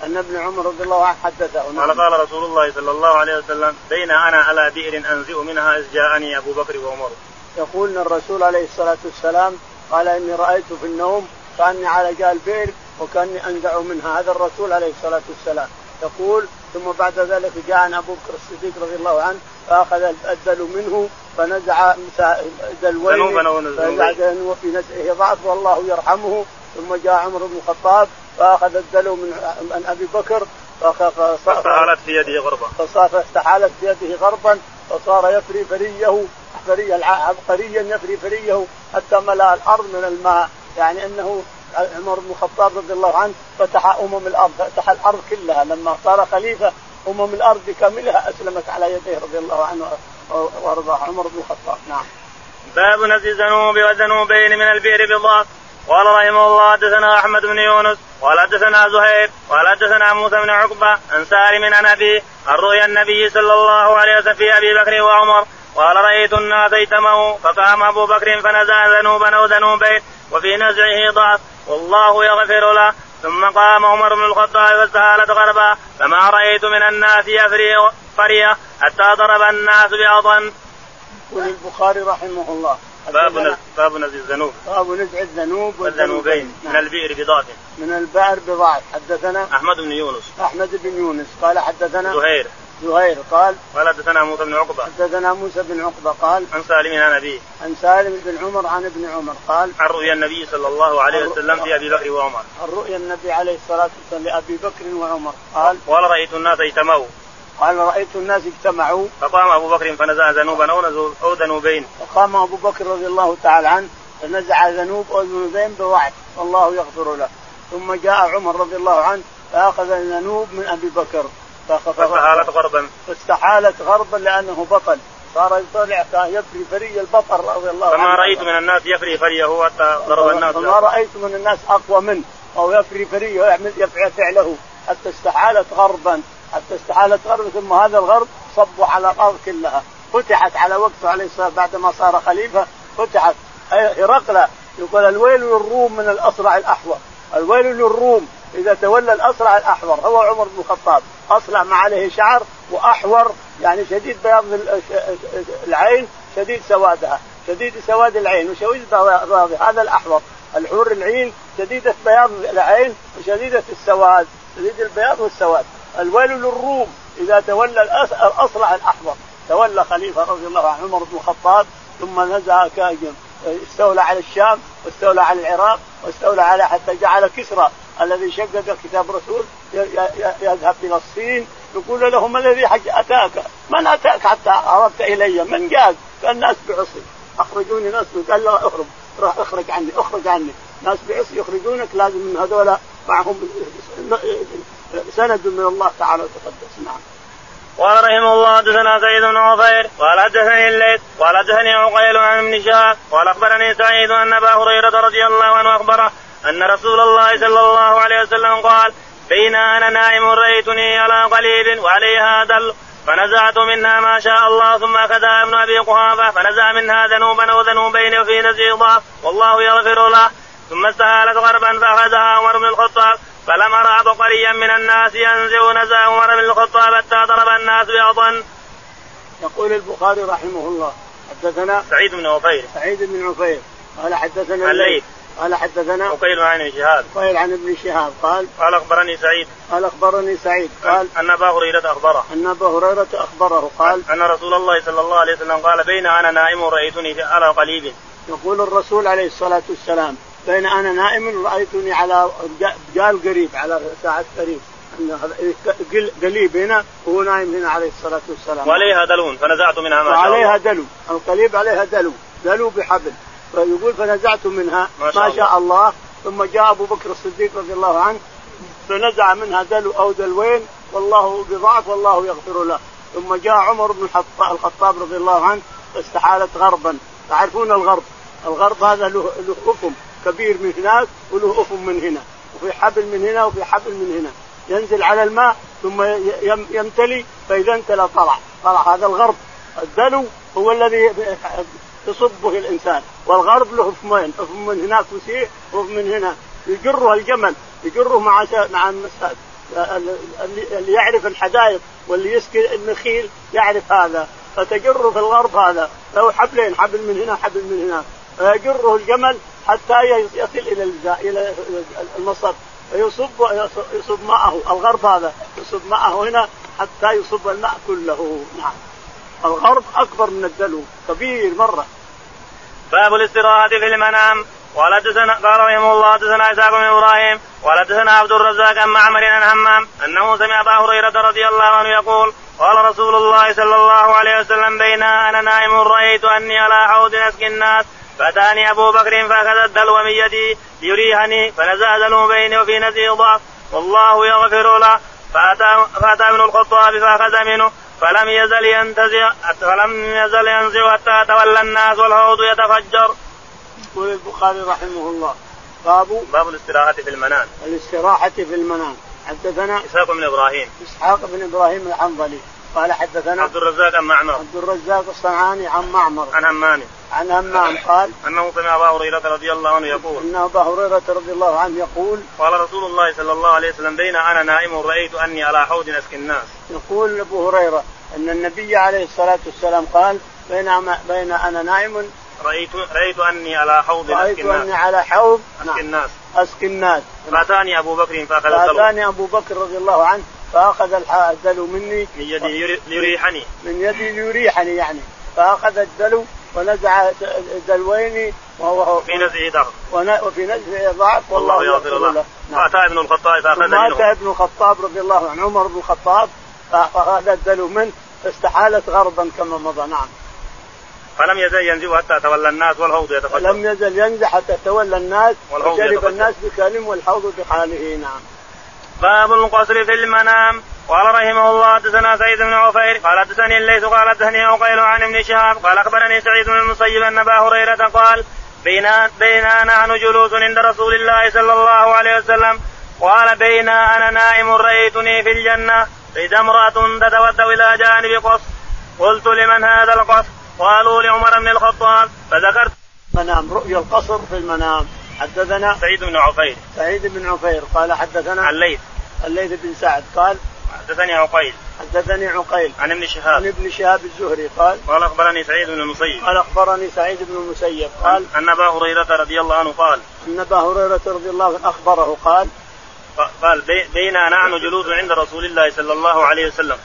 Speaker 2: ان ابن عمر رضي الله عنه حدثه
Speaker 1: قال
Speaker 2: نعم
Speaker 1: قال رسول الله صلى الله عليه وسلم بين انا على بئر انزئ منها اذ جاءني ابو بكر وعمر
Speaker 2: يقول ان الرسول عليه الصلاه والسلام قال اني رايت في النوم كاني على جال بئر وكاني انزع منها هذا الرسول عليه الصلاه والسلام يقول ثم بعد ذلك جاء عن ابو بكر الصديق رضي الله عنه فاخذ الدل منه فنزع دلوين
Speaker 1: ذنوبا ونزوبين.
Speaker 2: فنزع بعد وفي نزعه ضعف والله يرحمه ثم جاء عمر بن الخطاب فاخذ الدلو من من ابي بكر فخ-
Speaker 1: فسالت في يده غربه
Speaker 2: فصار استحالت بيده غربا فصار يفري فريه فري الع- عبقريا يفري فريه حتى ملا الارض من الماء يعني انه عمر بن الخطاب رضي الله عنه فتح امم الارض فتح الارض كلها لما صار خليفه امم الارض بكاملها اسلمت على يديه رضي الله عنه و- وارضاه عمر بن الخطاب نعم
Speaker 1: باب نزع الذنوب والذنوبين من البئر بالضغط قال رحمه الله حدثنا احمد بن يونس قال حدثنا زهير قال حدثنا موسى بن عقبه عن سالم عن ابيه عن رؤيا النبي صلى الله عليه وسلم في ابي بكر وعمر قال رأيت الناس يتمه فقام أبو بكر فنزع ذنوبا أو ذنوبين وفي نزعه ضعف والله يغفر له ثم قام عمر بن الخطاب واستهالت غربا فما رأيت من الناس يفري قرية حتى ضرب الناس بأطن.
Speaker 2: يقول البخاري رحمه الله
Speaker 1: باب نز- باب نزع الذنوب
Speaker 2: باب نزع الذنوب
Speaker 1: والذنوبين من
Speaker 2: نعم.
Speaker 1: البئر بضعف
Speaker 2: من البعر بضعف حدثنا
Speaker 1: أحمد بن يونس
Speaker 2: احمد بن يونس قال حدثنا
Speaker 1: زهير
Speaker 2: زهير قال
Speaker 1: قال حدثنا موسى بن عقبة
Speaker 2: حدثنا موسى بن عقبه قال
Speaker 1: عن سالم عن أبيه
Speaker 2: عن سالم بن عمر عن ابن عمر قال
Speaker 1: عن رؤيا النبي صلى الله عليه وسلم في أبي بكر وعمر
Speaker 2: الرؤيا النبي عليه الصلاه والسلام لابي بكر وعمر قال
Speaker 1: قال رأيت الناس اجتمعوا
Speaker 2: قال رايت الناس اجتمعوا
Speaker 1: فقام أبو بكر فنزع ذنوبا أو نزو- أو ذنوبين
Speaker 2: فقام ابو بكر رضي الله تعالى عنه فنزع ذنوب او ذنوبين بوعد والله يغفر له ثم جاء عمر رضي الله عنه فاخذ الذنوب من ابي بكر فأخذ-
Speaker 1: فاستحالت غربا
Speaker 2: فاستحالت غربا لانه بطل صار يطلع كان يبري فري البطل رضي الله عنه
Speaker 1: فما رأيت من الناس يفري فريه حتى ضرب الناس
Speaker 2: فما
Speaker 1: له.
Speaker 2: رايت من الناس اقوى منه او يفري فريه يعمل يفعل فعله حتى استحالت غربا حتى استحالت غربا ثم هذا الغرب صبوا على الارض كلها فتحت على وقته عليه الصلاه بعد ما صار خليفه فتحت هرقله يقول الويل للروم من الاصرع الاحور الويل للروم اذا تولى الاصرع الاحور هو عمر بن الخطاب اصلع ما عليه شعر واحور يعني شديد بياض ال- العين شديد سوادها شديد سواد العين وشديد بياض هذا الاحور الحور العين شديده بياض العين وشديده السواد شديد البياض والسواد الويل للروم اذا تولى الأس- الاصلع الاحمر تولى خليفه رضي الله عنه عمر بن الخطاب ثم نزع كاجم استولى على الشام واستولى على العراق واستولى على حتى جعل كسرى الذي شقق كتاب رسول ي- ي- يذهب الى الصين يقول لهم الذي حج اتاك من اتاك حتى اردت الي من جاءك قال ناس بعصي اخرجوني ناس بعصي. قال لا اهرب راح اخرج عني اخرج عني ناس بعصي يخرجونك لازم من هذولا معهم سند من الله تعالى وتقدس نعم
Speaker 1: قال رحمه الله حدثنا سعيد بن عفير قال حدثني الليث قال حدثني عقيل عن ابن شهاب قال اخبرني سعيد ان ابا هريره رضي الله عنه اخبره ان رسول الله صلى الله عليه وسلم قال بين انا نائم رايتني على قليب وعليها دل فنزعت منها ما شاء الله ثم اخذها ابن ابي قحافه فنزع منها ذنوبا وذنوبين وفي نزع ضعف والله يغفر له ثم استهالت غربا فاخذها عمر بن الخطاب فلم ارى عبقريا من الناس ينزع نزع عمر بن الخطاب حتى ضرب الناس باطن.
Speaker 2: يقول البخاري رحمه الله حدثنا
Speaker 1: سعيد بن عفير
Speaker 2: سعيد بن عفير قال حدثنا
Speaker 1: الليث.
Speaker 2: قال حدثنا
Speaker 1: وقيل عن ابن شهاب
Speaker 2: قيل عن ابن شهاب قال
Speaker 1: قال اخبرني سعيد
Speaker 2: قال اخبرني سعيد قال
Speaker 1: ان ابا هريره اخبره
Speaker 2: ان ابا هريره اخبره قال
Speaker 1: ان رسول الله صلى الله عليه وسلم قال بين انا نائم رايتني في- على قليب
Speaker 2: يقول الرسول عليه الصلاه والسلام بين انا نائم رايتني على قال قريب على ساعه قريب أن هذا- قل- قليب هنا وهو نائم هنا عليه الصلاه والسلام
Speaker 1: وعليها دلون فنزعت منها ما شاء
Speaker 2: وعليها
Speaker 1: الله
Speaker 2: دلو القليب عليها دلو دلو بحبل فيقول فنزعت منها ما شاء, الله. ثم جاء ابو بكر الصديق رضي الله عنه فنزع منها دلو او دلوين والله بضعف والله يغفر له ثم جاء عمر بن الحط- الخطاب رضي الله عنه فاستحالت غربا تعرفون الغرب الغرب هذا له له افم كبير من هناك وله افم من هنا وفي حبل من هنا وفي حبل من هنا ينزل على الماء ثم يم- يمتلي فاذا امتلى طلع طلع هذا الغرب الدلو هو الذي يصبه الانسان والغرب له فمين فم من هناك وسيع وفم من هنا يجره الجمل يجره مع شا- مع المساد اللي- اللي يعرف الحدائق واللي يسقي النخيل يعرف هذا فتجره في الغرب هذا له حبلين حبل من هنا حبل من هنا فيجره الجمل حتى يصل الى الجا- الى المصب فيصب يصب ماءه الغرب هذا يصب ماءه هنا حتى يصب الماء كله نعم الغرب اكبر من الدلو كبير مره
Speaker 1: باب الاستراحة في المنام قال حدثنا قال رحمه الله حدثنا اسحاق بن ابراهيم قال حدثنا عبد الرزاق عن معمر عن همام انه سمع ابا هريره رضي الله عنه يقول قال رسول الله صلى الله عليه وسلم بين انا نائم رايت اني على حوض اسقي الناس فاتاني ابو بكر فاخذ الدلو من يدي ليريحني فنزع دلو بيني وفي نزي ضعف والله يغفر له فاتى فاتى ابن الخطاب فاخذ منه فلم يزل ينتزع فلم يزل ينزع حتى تولى الناس والحوض يتفجر.
Speaker 2: يقول البخاري رحمه الله باب
Speaker 1: باب الاستراحة في المنام
Speaker 2: الاستراحه في المنام حدثنا
Speaker 1: إسحاق بن إبراهيم
Speaker 2: اسحاق بن ابراهيم الحنظلي قال حدثنا
Speaker 1: عبد الرزاق عن معمر
Speaker 2: عبد الرزاق الصنعاني عن معمر
Speaker 1: عن همام
Speaker 2: عن همام قال
Speaker 1: انه سمع ابا هريره رضي الله عنه يقول
Speaker 2: ان ابا هريره رضي الله عنه يقول
Speaker 1: قال رسول الله صلى الله عليه وسلم بين انا نائم رايت اني على حوض اسقي الناس
Speaker 2: يقول ابو هريره ان النبي عليه الصلاه والسلام قال بينما بين انا نائم
Speaker 1: رايت رايت اني على حوض
Speaker 2: رايت
Speaker 1: اسقي
Speaker 2: اني
Speaker 1: الناس
Speaker 2: على حوض
Speaker 1: اسقي
Speaker 2: نعم
Speaker 1: الناس
Speaker 2: اسقي الناس
Speaker 1: فاتاني ابو بكر فاخذ الدلو
Speaker 2: فاتاني ابو بكر رضي الله عنه فاخذ الح- الدلو مني
Speaker 1: من يده يري- ليريحني
Speaker 2: من يدي ليريحني يعني فاخذ الدلو ونزع دلوين وهو
Speaker 1: في نزعه ضعف
Speaker 2: ون- وفي نزعه ضعف
Speaker 1: والله يغفر له
Speaker 2: نعم.
Speaker 1: فاتى ابن الخطاب فاخذ
Speaker 2: ثم اتى
Speaker 1: منه
Speaker 2: ابن الخطاب رضي الله عنه عمر بن الخطاب فاخذ الدلو منه فاستحالت غربا كما مضى نعم
Speaker 1: فلم يزل ينزل حتى تولى الناس والحوض يتفجر
Speaker 2: فلم يزل ينزح حتى تولى الناس
Speaker 1: والحوض
Speaker 2: وشرب
Speaker 1: يتفجر.
Speaker 2: الناس بكلم والحوض بحاله نعم
Speaker 1: باب القصر في المنام قال رحمه الله حدثنا سعيد بن عفير قال حدثني الليث قال حدثني عقيل عن ابن شهاب قال اخبرني سعيد بن المسيب ان ابا هريره قال بينا بينا نحن جلوس عند رسول الله صلى الله عليه وسلم قال بينا انا نائم رايتني في الجنه اذا امراه تتودى الى جانب قصر قلت لمن هذا القصر قالوا لعمر بن الخطاب فذكرت
Speaker 2: منام رؤيا القصر في المنام حدثنا
Speaker 1: سعيد بن عفير
Speaker 2: سعيد بن عفير قال
Speaker 1: عن
Speaker 2: حدثنا
Speaker 1: الليث
Speaker 2: الليث بن سعد قال
Speaker 1: حدثني عقيل
Speaker 2: حدثني عقيل
Speaker 1: عن ابن
Speaker 2: عن
Speaker 1: شهاب
Speaker 2: ابن شهاب الزهري قال
Speaker 1: قال اخبرني سعيد بن المسيب
Speaker 2: قال اخبرني سعيد بن المسيب قال
Speaker 1: أن أبا هريرة رضي الله عنه قال
Speaker 2: ان ابا هريره رضي الله عنه اخبره قال
Speaker 1: قال بي- بينا نحن جلوس عند رسول الله صلى الله عليه وسلم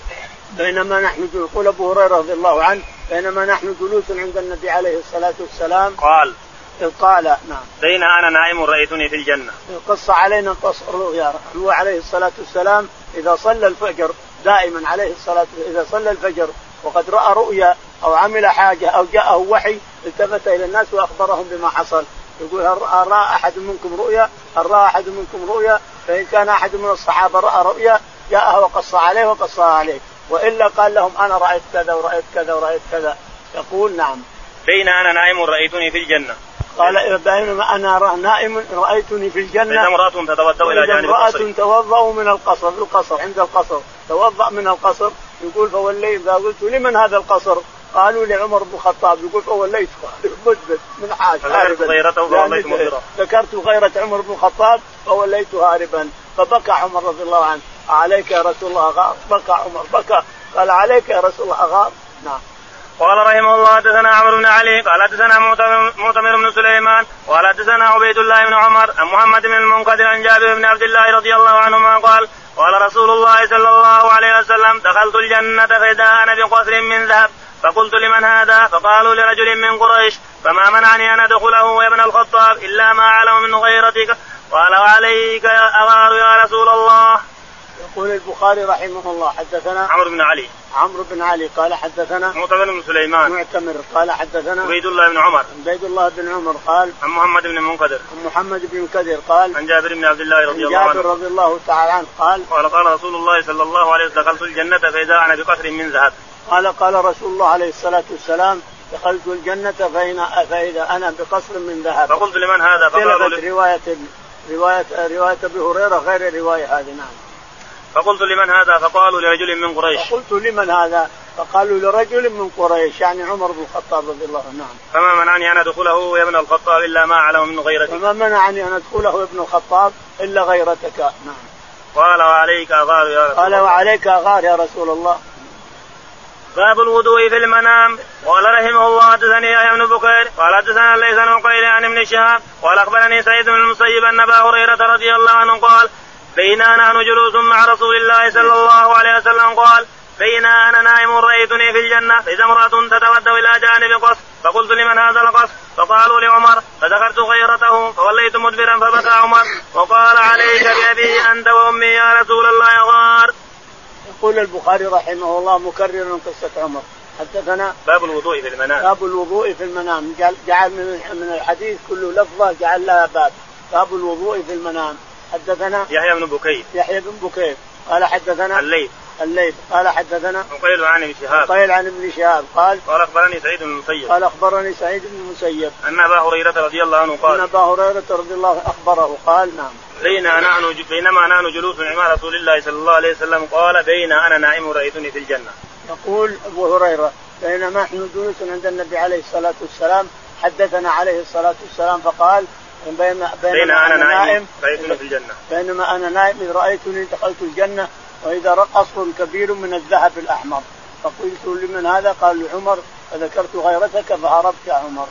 Speaker 2: بينما نحن جلوس يقول ابو هريره رضي الله عنه بينما نحن جلوس عند النبي عليه الصلاه والسلام
Speaker 1: قال
Speaker 2: اذ قال نعم
Speaker 1: بينا أنا نائم رأيتني في الجنة
Speaker 2: قص علينا قص الرؤيا هو عليه الصلاة والسلام إذا صلى الفجر دائما عليه الصلاة إذا صلى الفجر وقد رأى رؤيا أو عمل حاجة أو جاءه وحي التفت إلى الناس وأخبرهم بما حصل يقول هل رأى, رأى أحد منكم رؤيا هل رأى أحد منكم رؤيا فإن كان أحد من الصحابة رأى رؤيا جاءه وقص عليه وقصها عليه وإلا قال لهم أنا رأيت كذا ورأيت كذا ورأيت كذا يقول نعم
Speaker 1: بينا أنا نائم رأيتني في الجنة
Speaker 2: قال بينما أنا رأى نائم رأيتني في الجنة
Speaker 1: إذا امرأة تتودى إلى
Speaker 2: وإذا
Speaker 1: جانب
Speaker 2: امرأة
Speaker 1: القصر
Speaker 2: توضأ من القصر في القصر عند القصر توضأ من القصر يقول فوليت إذا قلت لمن هذا القصر؟ قالوا لعمر بن الخطاب يقول فوليت <laughs> مثبت من حاج
Speaker 1: فذكرت غيرته فوليت مدبرا.
Speaker 2: ذكرت غيرة عمر بن الخطاب فوليت هاربا فبكى عمر رضي الله عنه عليك يا رسول الله غار بكى عمر بكى قال عليك يا رسول الله غار نعم
Speaker 1: قال رحمه الله حدثنا عمرو بن علي قال حدثنا معتمر- معتمر بن سليمان قال حدثنا عبيد الله بن عمر عن محمد بن المنقدر عن جابر بن عبد الله رضي الله عنهما قال قال رسول الله صلى الله عليه وسلم دخلت الجنة فإذا أنا بقصر من ذهب فقلت لمن هذا فقالوا لرجل من قريش فما منعني أن أدخله ويا ابن الخطاب إلا ما أعلم من غيرتك قال وعليك يا أغار يا رسول الله
Speaker 2: يقول البخاري رحمه الله حدثنا
Speaker 1: عمرو بن علي
Speaker 2: عمرو بن علي قال حدثنا
Speaker 1: معتمر بن سليمان
Speaker 2: معتمر قال حدثنا
Speaker 1: عبيد الله بن عمر
Speaker 2: عبيد الله بن عمر قال
Speaker 1: عن محمد بن المنقدر
Speaker 2: عن محمد بن كدر قال
Speaker 1: عن جابر بن عبد الله
Speaker 2: عن
Speaker 1: رضي الله عنه
Speaker 2: جابر رضي الله تعالى عنه قال
Speaker 1: قال قال رسول الله صلى الله عليه وسلم دخلت الجنة فإذا أنا بقصر من ذهب
Speaker 2: قال قال رسول الله عليه الصلاة والسلام دخلت الجنة فإن فإذا أنا بقصر من ذهب
Speaker 1: فقلت لمن هذا فقالوا
Speaker 2: اختلفت
Speaker 1: لي
Speaker 2: رواية رواية رواية أبي هريرة غير الرواية هذه نعم
Speaker 1: فقلت لمن هذا فقالوا لرجل من قريش
Speaker 2: فقلت لمن هذا؟ فقالوا لرجل من قريش يعني عمر بن الخطاب رضي الله عنه نعم
Speaker 1: فما منعني أن أدخله يا ابن الخطاب إلا ما أعلم من غيرتك
Speaker 2: فما منعني أن أدخله ابن الخطاب إلا غيرتك نعم
Speaker 1: قال وعليك أغار يا رسول
Speaker 2: قال
Speaker 1: الله
Speaker 2: وعليك غار يا رسول الله
Speaker 1: باب الوضوء في المنام قال رحمه الله حدثني يحيى بن بكير قال حدثنا ليس بن عقيل عن ابن شهاب قال اخبرني سعيد بن المسيب ان ابا هريره رضي الله عنه قال بينا نحن جلوس مع رسول الله صلى الله عليه وسلم قال بينا انا نائم رايتني في الجنه اذا امراه تتودى الى جانب قصر فقلت لمن هذا القصر فقالوا لعمر فذكرت غيرته فوليت مدبرا فبكى عمر وقال عليك بابي انت وامي يا رسول الله غار
Speaker 2: يقول البخاري رحمه الله مكررا قصة عمر حدثنا
Speaker 1: باب الوضوء في المنام
Speaker 2: باب الوضوء في المنام جعل, جعل من من الحديث كله لفظة جعل لها باب باب الوضوء في المنام حدثنا
Speaker 1: يحيى بن بكير
Speaker 2: يحيى بن بكير قال حدثنا
Speaker 1: الليل طيب.
Speaker 2: الليث قال حدثنا
Speaker 1: وقيل عن ابن شهاب
Speaker 2: قيل عن ابن شهاب قال
Speaker 1: قال اخبرني سعيد بن المسيب
Speaker 2: قال اخبرني سعيد بن المسيب
Speaker 1: ان ابا هريره رضي الله عنه
Speaker 2: ان
Speaker 1: قال
Speaker 2: ابا هريره رضي الله عنه اخبره قال نعم
Speaker 1: بينا نحن بينما نحن جلوس مع رسول الله صلى الله عليه وسلم قال بين انا نائم رايتني في الجنه
Speaker 2: يقول ابو هريره بينما نحن جلوس عند النبي عليه الصلاه والسلام حدثنا عليه الصلاه والسلام فقال بين
Speaker 1: بينما انا نائم رايتني في الجنه
Speaker 2: بينما انا نائم اذ رايتني دخلت الجنه واذا رقص كبير من الذهب الاحمر فقلت لمن هذا؟ قال لعمر فذكرت غيرتك فعرفت يا عمر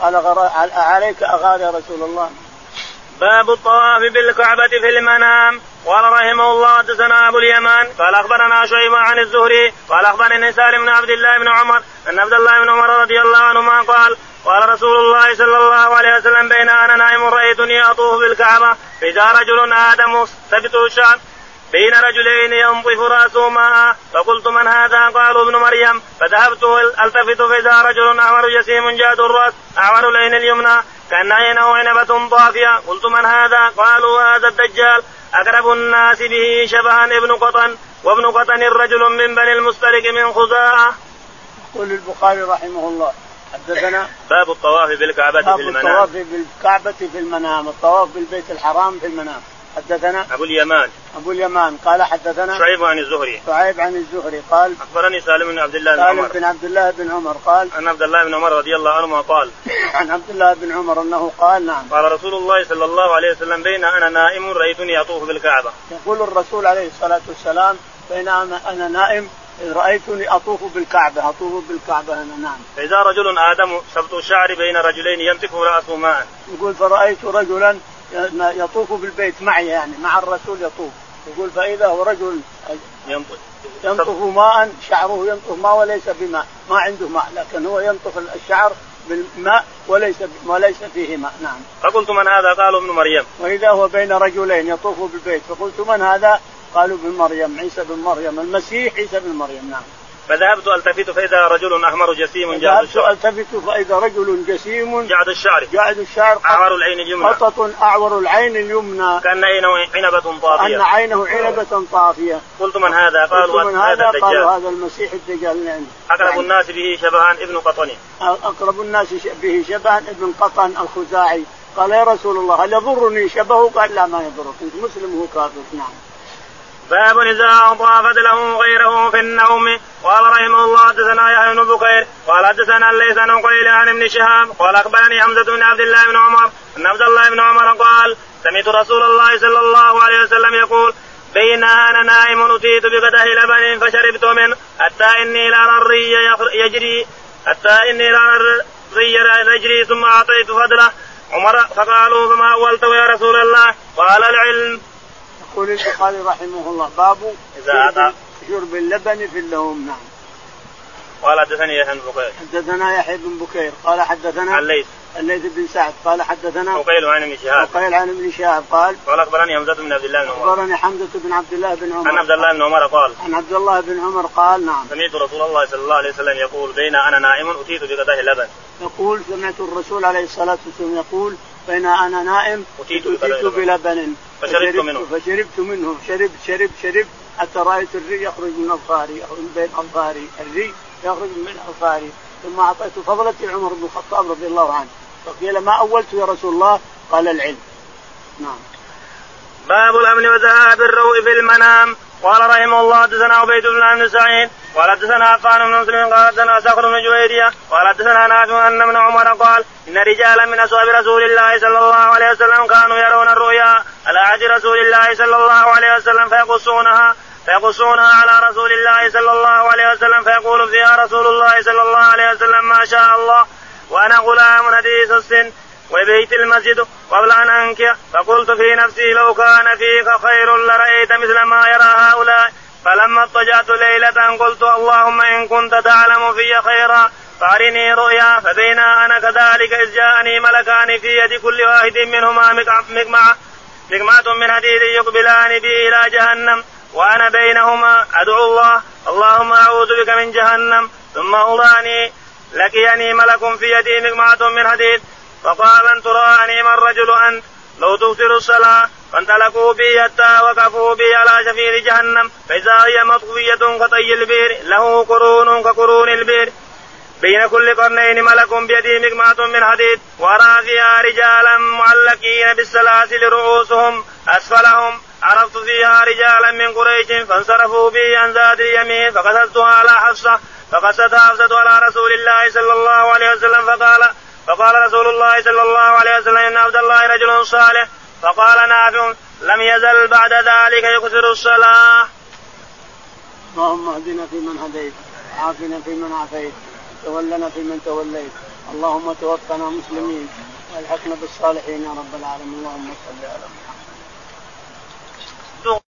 Speaker 2: قال غر... عليك اغار يا رسول الله
Speaker 1: باب الطواف بالكعبة في المنام قال رحمه الله حدثنا ابو اليمان قال اخبرنا شيبة عن الزهري قال اخبرني سالم بن عبد الله بن عمر ان عبد الله بن عمر رضي الله عنهما قال قال رسول الله صلى الله عليه وسلم بين انا نائم رايتني اطوف بالكعبه فاذا رجل ادم ثبته الشعب بين رجلين ينظف راسهما فقلت من هذا؟ قالوا ابن مريم فذهبت التفت فاذا رجل اعمر جسيم جاد الراس اعمر العين اليمنى كان عينه عنبة طافية قلت من هذا؟ قالوا هذا الدجال اقرب الناس به شبها ابن قطن وابن قطن رجل من بني المسترق من خزاعة.
Speaker 2: يقول البخاري رحمه الله حدثنا
Speaker 1: باب الطواف بالكعبة
Speaker 2: باب
Speaker 1: في المنام
Speaker 2: الطواف بالكعبة في المنام الطواف بالبيت الحرام في المنام حدثنا
Speaker 1: ابو اليمان
Speaker 2: ابو اليمان قال حدثنا
Speaker 1: شعيب عن الزهري
Speaker 2: شعيب عن الزهري قال
Speaker 1: اخبرني سالم بن عبد الله بن
Speaker 2: سالم
Speaker 1: عمر
Speaker 2: بن عبد الله بن عمر قال
Speaker 1: ان عبد الله بن عمر رضي الله عنهما قال
Speaker 2: عن عبد الله بن عمر انه قال نعم
Speaker 1: قال رسول الله صلى الله عليه وسلم بين انا نائم رايتني اطوف بالكعبه
Speaker 2: يقول الرسول عليه الصلاة والسلام بين أنا أنا نائم إذ رأيتني أطوف بالكعبة أطوف بالكعبة أنا نعم
Speaker 1: فاذا رجل ادم سبط الشعر بين رجلين ينتفه راسه ماء
Speaker 2: يقول فرأيت رجلا يطوف بالبيت معي يعني مع الرسول يطوف يقول فإذا هو رجل
Speaker 1: ينطف
Speaker 2: ينطف ماء شعره ينطف ماء وليس بماء ما عنده ماء لكن هو ينطف الشعر بالماء وليس وليس فيه ماء نعم
Speaker 1: فقلت من هذا قالوا ابن مريم
Speaker 2: وإذا هو بين رجلين يطوف بالبيت فقلت من هذا قالوا بن مريم عيسى بن مريم المسيح عيسى بن مريم نعم
Speaker 1: فذهبت التفت فاذا رجل احمر جسيم جعد
Speaker 2: ذهبت
Speaker 1: الشعر
Speaker 2: التفت فاذا رجل جسيم
Speaker 1: جعد الشعر
Speaker 2: جعد الشعر قط-
Speaker 1: اعور العين اليمنى
Speaker 2: قطط اعور العين اليمنى
Speaker 1: كان عينه عنبه
Speaker 2: ان
Speaker 1: طافيه
Speaker 2: عينه عنبة طافية
Speaker 1: قلت من هذا
Speaker 2: قلت من
Speaker 1: قالوا هذا
Speaker 2: قالوا
Speaker 1: الدجال
Speaker 2: هذا المسيح الدجال يعني
Speaker 1: اقرب
Speaker 2: يعني
Speaker 1: الناس به شبهان ابن قطني
Speaker 2: اقرب الناس ش- به شبها ابن قطن الخزاعي قال يا رسول الله هل يضرني شبهه؟ قال لا ما يضرك انت مسلم وهو كافر نعم
Speaker 1: باب إذا أضافت له غيره في النوم قال رحمه الله حدثنا يحيى بن بكير قال حدثنا ليس بن قيل عن ابن شهاب قال أخبرني حمزة بن عبد الله بن عمر أن عبد الله بن عمر قال سمعت رسول الله صلى الله عليه وسلم يقول بين أنا نائم أتيت بقدح لبن فشربت منه حتى إني لأرى الري يخر- يجري حتى إني لأرى الري يجري ثم أعطيت فضله عمر فقالوا فما أولته يا رسول الله قال العلم
Speaker 2: يقول البخاري رحمه الله باب
Speaker 1: إذا
Speaker 2: شرب-
Speaker 1: أعطى.
Speaker 2: شرب اللبن في اللوم نعم
Speaker 1: قال حدثني يحيى بن بكير
Speaker 2: حدثنا يحيى بن بكير قال حدثنا
Speaker 1: عن ليث
Speaker 2: الليث بن سعد قال حدثنا
Speaker 1: وقيل عن ابن شهاب
Speaker 2: وقيل عن ابن شهاب قال
Speaker 1: قال اخبرني حمزه بن عبد الله بن عمر
Speaker 2: اخبرني حمزه بن عبد الله بن عمر
Speaker 1: عن عبد الله بن عمر قال
Speaker 2: عن عبد الله بن عمر قال نعم
Speaker 1: سمعت رسول الله صلى الله عليه وسلم يقول بين انا نائم اتيت بقدح لبن
Speaker 2: يقول سمعت الرسول عليه الصلاه والسلام يقول بين انا نائم
Speaker 1: أتيت
Speaker 2: بلبن
Speaker 1: فشربت منه.
Speaker 2: فشربت منه شربت شربت شربت حتى رايت الري يخرج من اظفاري او من بين اظفاري الري يخرج من اظفاري ثم اعطيت فضلتي عمر بن الخطاب رضي الله عنه فقيل ما اولت يا رسول الله قال العلم نعم
Speaker 1: باب الامن وذهاب الروء في المنام قال رحمه الله حدثنا عبيد بن عبد سعيد قال حدثنا عفان بن مسلم قال حدثنا صخر بن جويريه قال حدثنا نافع ان ابن عمر قال ان رجالا من اصحاب رسول الله صلى الله عليه وسلم كانوا يرون الرؤيا على عهد رسول الله صلى الله عليه وسلم فيقصونها فيقصونها على رسول الله صلى الله عليه وسلم فيقول فيها رسول الله صلى الله عليه وسلم ما شاء الله وانا غلام حديث السن وبيت المسجد قبل ان انكح فقلت في نفسي لو كان فيك خير لرايت مثل ما يرى هؤلاء فلما اضطجعت ليلة قلت اللهم إن كنت تعلم في خيرا فأرني رؤيا فبين أنا كذلك إذ جاءني ملكان في يد كل واحد منهما مقع- مقمعة مقمعة من حديد يقبلان بي إلى جهنم وأنا بينهما أدعو الله اللهم أعوذ بك من جهنم ثم أراني لقيني ملك في يدي مقمعة من حديد فقال أن تراني من رجل أنت لو تكثر الصلاة فانطلقوا بي حتى وقفوا بي على شفير جهنم فإذا هي مطوية كطي البير له قرون كقرون البير بين كل قرنين ملك بيده مقمعة من حديد وأرى فيها رجالا معلقين بالسلاسل رؤوسهم أسفلهم عرفت فيها رجالا من قريش فانصرفوا بي عن ذات اليمين فقصدتها على حفصه فقصدها حفصه على رسول الله صلى الله عليه وسلم فقال فقال رسول الله صلى الله عليه وسلم ان عبد الله رجل صالح فقال نافع لم يزل بعد ذلك يكثر الصلاه.
Speaker 2: اللهم اهدنا فيمن هديت وعافنا فيمن عافيت تولنا فيمن توليت اللهم توفنا مسلمين والحقنا بالصالحين يا رب العالمين اللهم صل على محمد